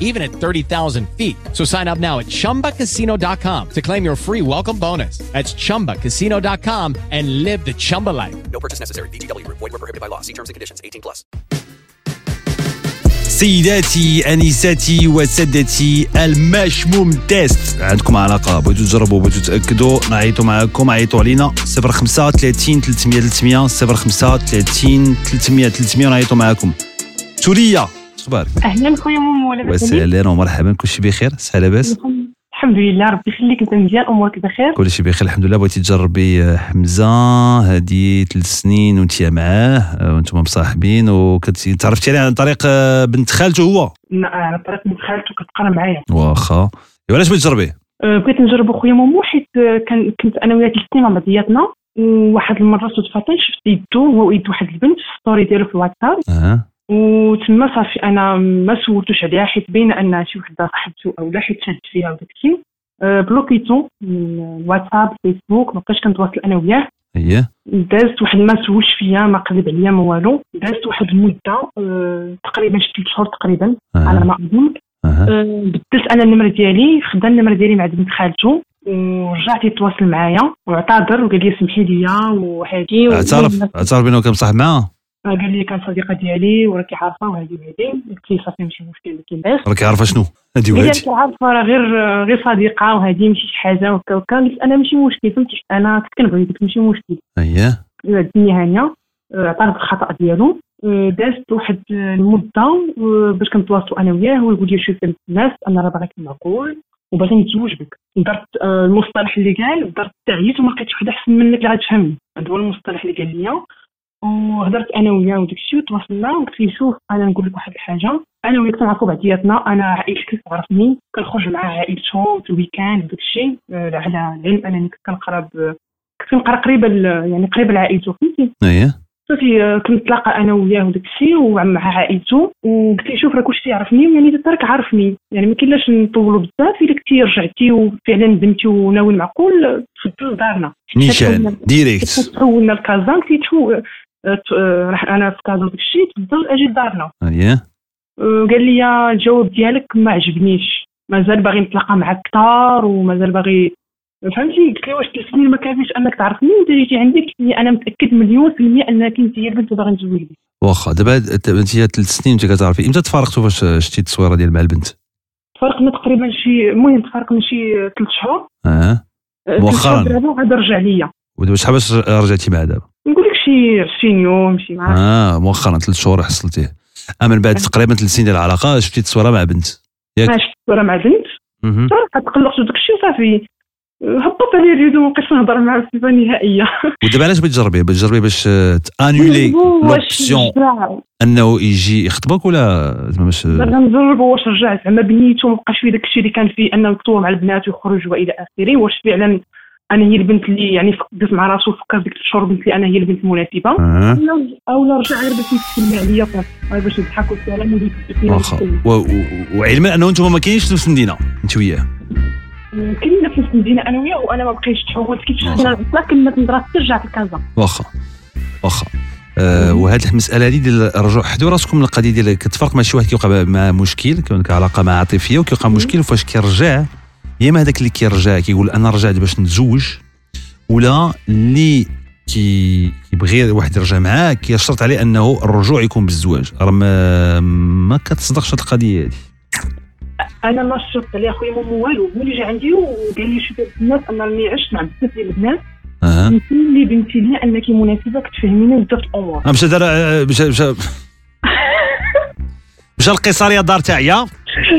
even at 30,000 feet. So sign up now at chumbacasino.com to claim your free welcome bonus. That's chumbacasino.com and live the Chumba life. No purchase necessary. VGW Group. Void were prohibited by law. See terms and conditions. 18 plus. سيداتي انساتي وسادتي المشموم تيست عندكم علاقه بغيتو تجربوا بغيتو تاكدوا نعيطوا معاكم عيطوا علينا 05 30 300 300 05 30 300 300 نعيطوا معاكم توريا شخبارك اهلا خويا مومو لاباس عليك وسهلا ومرحبا كلشي بخير سهلا لاباس الحمد لله ربي يخليك انت مزيان امورك بخير كلشي بخير الحمد لله بغيتي تجربي آه، حمزه هادي ثلاث سنين وانت معاه آه، وانتم مصاحبين وكنتي تعرفتي عليه عن طريق آه، بنت خالته هو ن- آه، على طريق بنت خالته كتقرا معايا واخا إيوا علاش بغيتي تجربيه أه، بغيت نجربو خويا مومو حيت أه، كان كنت انا وياه ثلاث سنين مع بعضياتنا وواحد المره صدفه شفت يدو هو ويد واحد البنت في ستوري ديالو في الواتساب اه وتما صافي انا ما سولتوش عليها حيت باينه انها شي وحده صاحبته او لا حيت شادت فيها وداكشي أه، بلوكيتو من الواتساب فيسبوك ما بقيتش كنتواصل انا وياه ايه دازت واحد ما سولش فيا ما قلب عليا ما والو دازت واحد المده آه، تقريبا شي ثلاث شهور تقريبا على اها ما اظن اها آه، بدلت انا النمره ديالي خدا النمره ديالي مع بنت خالته ورجعت يتواصل معايا واعتذر وقال لي سمحي لي وهادي و- آه، اعترف اعترف بانه كان مصاحب معاه قال لي كان صديقه ديالي وراكي عارفه وهادي وهادي قلت لي صافي ماشي مشكل ما كاينش راك عارفه شنو هادي قال لي آه، وهادي راكي عارفه راه غير آه، غير صديقه وهادي ماشي شي حاجه وكا وكا قلت انا ماشي مشكل فهمتي انا كنت كنبغي قلت ماشي مشكل ايه الدنيا هانيه آه، عطاه الخطا ديالو آه، دازت واحد آه، المده آه، باش كنتواصلوا انا وياه هو يقول لي شوف يا بنت الناس انا راه باغاك معقول وباغي نتزوج بك درت آه، المصطلح اللي قال درت تعييت وما لقيتش وحده احسن منك اللي غتفهمني هذا هو المصطلح اللي قال لي وهضرت انا وياه وداك الشيء وتواصلنا وقلت ليه شوف انا نقول لك واحد الحاجه انا وياك تنعرفوا بعضياتنا انا عائلتك تعرفني كنخرج مع عائلته في الويكاند وداك الشيء آه، على العلم انني كنت كنقرا ب- كنت كنقرا قريبه ل- يعني قريبه لعائلته فهمتي ايه صافي آه، كنت نتلاقى انا وياه وداك الشيء ومع عائلته وقلت ليه شوف راك واش تعرفني يعني إذا راك عارفني يعني ما كاينلاش نطولوا بزاف الا كنتي رجعتي وفعلا بنتي وناوي المعقول آه، تفضل لدارنا نيشان ديريكت تحولنا لكازان كي تو آه، ت- آه، راح انا في كازا وداك الشيء تفضل اجي لدارنا ايه آه، قال لي الجواب ديالك ما عجبنيش مازال باغي نتلاقى معك كثار ومازال باغي فهمتي قلت لي واش ثلاث سنين ما كافيش انك تعرفني انت جيتي عندي قلت لي انا متاكد مليون في المية انك انت هي البنت اللي باغي نتزوج بها واخا دابا انت ثلاث سنين انت كتعرفي امتى تفارقتوا فاش شتي التصويره ديال مع البنت تفرقنا تقريبا شي المهم تفرقنا شي ثلاث شهور اه آه، ثلاث مؤخراً. شهور دابا وعاد رجع ليا ودابا شحال باش رجعتي معاه دابا نقول لك شي 20 يوم شي معاه اه مؤخرا ثلاث شهور حصلتيه اما من بعد تقريبا ثلاث سنين ديال العلاقه شفتي التصويره مع بنت ما شفت صورة مع بنت مهم. صراحه تقلقت وداك الشيء وصافي آه، هبط عليا اليد وما بقيتش نهضر معاه بصفه نهائيه ودابا علاش بتجربي بتجربي باش آه، تانولي واش لوبسيون نجرب؟ انه يجي يخطبك ولا زعما باش آه، باغا نجربوا واش رجع زعما بنيته مابقاش فيه داكشي اللي كان فيه انه يتصور مع البنات ويخرج والى اخره واش فعلا انا هي البنت اللي يعني فكرت مع راسو فكر ديك الشهور بنت اللي انا هي البنت المناسبه اه ولا- اولا رجع غير باش يتكلم عليا صافي، غير باش يضحك والسلام وديك واخا و- و- وعلما انه انتم ما كاينينش في نفس المدينه انت وياه كنا في نفس المدينه انا وياه وانا ما بقيتش تحولت كيف شفت واخا. انا كنا كنت راه ترجع لكازا واخا واخا آه، وهذه المساله هذه ديال الرجوع حدو راسكم القضيه ديال كتفرق مع شي واحد كيوقع مع مشكل كيكون علاقه مع عاطفيه وكيوقع مشكل فاش كيرجع يا اما هذاك اللي كيرجع كيقول انا رجعت باش نتزوج ولا اللي كي- كيبغي واحد يرجع معاه كيشرط عليه انه الرجوع يكون بالزواج راه ما ما كتصدقش هاد القضيه هذه انا ما شرطت عليه اخويا ما والو هو اللي جا عندي وقال لي شوف يا بنت الناس انا راني عشت مع بزاف ديال البنات اها قلت لي بنتي ليا انك مناسبه كتفهميني بزاف الامور آه، مشى دار آه، مشى مشى مشى القيصريه الدار تاعيا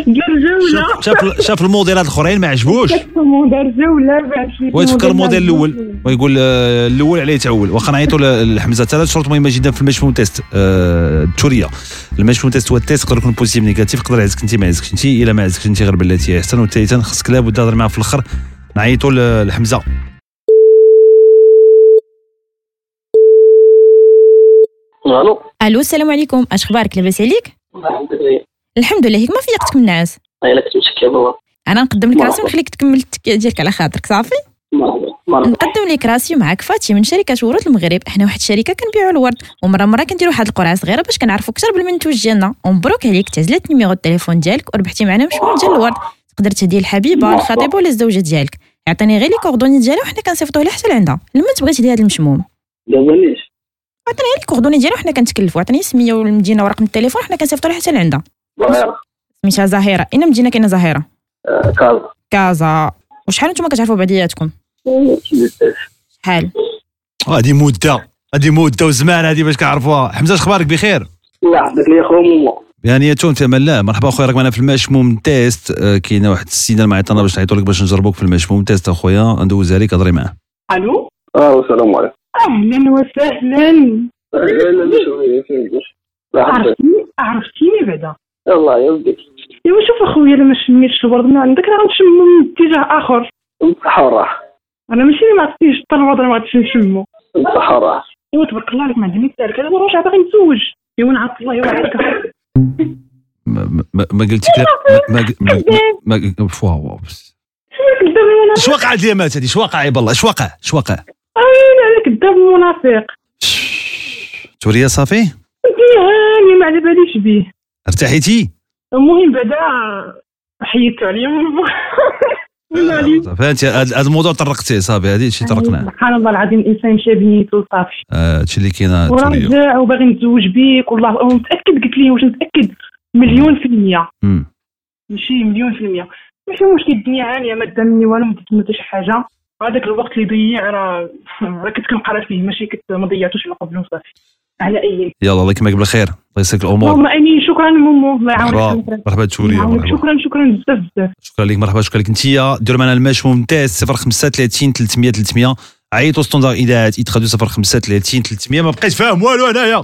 دار جوله شاف- شاف شاف الموديلات الاخرين ما عجبوش كتفهموا دار جوله بعد شوية ويتفكر الموديل جوله. الاول ويقول آه، الاول عليه تعول واخا نعيطوا ل- لحمزه ثلاث شروط مهمه جدا في المشموم تيست آه، التوريه المشموم تيست هو التيست يقدر يكون بوزيتيف نيجاتيف يقدر يعزك انت ما يعزكش انت الا ما عزكش انت غير بلاتي هي احسن وثالثا خصك لابد نهضر معاه في الاخر نعيطوا ل- لحمزه الو الو السلام عليكم اش اخبارك لاباس عليك الحمد لله الحمد لله هيك ما فيقتك من النعاس انا كنت مسكر والله انا نقدم لك راسي مرحبا. ونخليك تكمل التك- ديالك على خاطرك صافي مرحبا مرحبا نقدم لك راسي معك فاتي من شركه ورود المغرب احنا واحد الشركه كنبيعوا الورد ومره مره كنديروا واحد القرعه صغيره باش كنعرفوا اكثر بالمنتوج ديالنا ومبروك عليك تزلت نيميرو التليفون ديالك وربحتي معنا مشمول ديال الورد تقدر تهدي الحبيبه الخطيب ولا الزوجه ديالك عطيني غير لي كوردوني ديالها وحنا كنصيفطوه لها حتى لعندها لما تبغي تهدي هذا المشموم دابا ليش عطيني غير الكوردوني ديالها وحنا كنتكلفوا عطيني السميه والمدينه ورقم التليفون وحنا كنصيفطوه لها حتى لعندها ظاهرة سميتها زهيره اين مدينه كاينه زهيره آه، كازا كازا وشحال نتوما كتعرفوا بعضياتكم شحال هذه مده هذه مده وزمان هذه باش كنعرفوها حمزه اخبارك بخير الله يحفظك لي خويا مومو يعني تون في امان الله مرحبا اخويا راك معنا في المشموم تيست آه، كاينه واحد السيده اللي معيطنا باش نعيطوا لك باش نجربوك في المشموم تيست اخويا ندوزها لك هضري معاه الو اه السلام عليكم اهلا وسهلا آه، لا لا لا شوفي يا سيدي، شوفي. الله يحفظك عرفتيني عرفتيني بعدا إيه، الله يهديك ايوا شوف اخويا الا ما شميتش الورد من عندك راه غنشم من اتجاه اخر بصحة والراحه انا ماشي اللي ما عرفتيش الطر الورد راه ما عرفتش نشمو بصحة والراحه ايوا تبارك الله عليك ما عندي مثال كذا وراجع باغي نتزوج ايوا نعرف الله يوعدك هكا. ما- ما ما- ما قلتي كلام ما ما ما ما- ما- فوا- واو. كذاب المنافق اش واقع اليامات هذه اش واقع عيب الله اش واقع اش واقع عيني على كذاب المنافق توريه صافي انت هاني ما على باليش بيه ارتحيتي المهم بعدا حيدت عليا ولا عليا صافي انت هاد هاد الموضوع طرقتيه صافي هذه شي طرقناه سبحان الله العظيم الانسان مشى بنيته صافي آه، هادشي اللي كاين آه، وراه توريه رجع وباغي نتزوج بيك والله متاكد قلت ليه واش متاكد مليون في المية مم. ماشي مليون في المية ماشي مشكل الدنيا عالية ما دامني والو ما درت حتى شي حاجة هذاك الوقت اللي ضيع راه راه كنت كنقرا فيه ماشي كنت ما ضيعتوش من قبل وصافي على اي يلا الله يكملك بالخير الله يسهل الامور اللهم امين شكرا مومو الله مرحبا يعاونك مرحبا توريه يعاونك. مرحبا شكرا شكرا بزاف بزاف شكرا لك مرحبا شكرا لك انت ديروا معنا المشموم تاع 035 300 300 عيطوا ستوندار اذاعه يتخدوا 035 300 ما بقيت فاهم والو انايا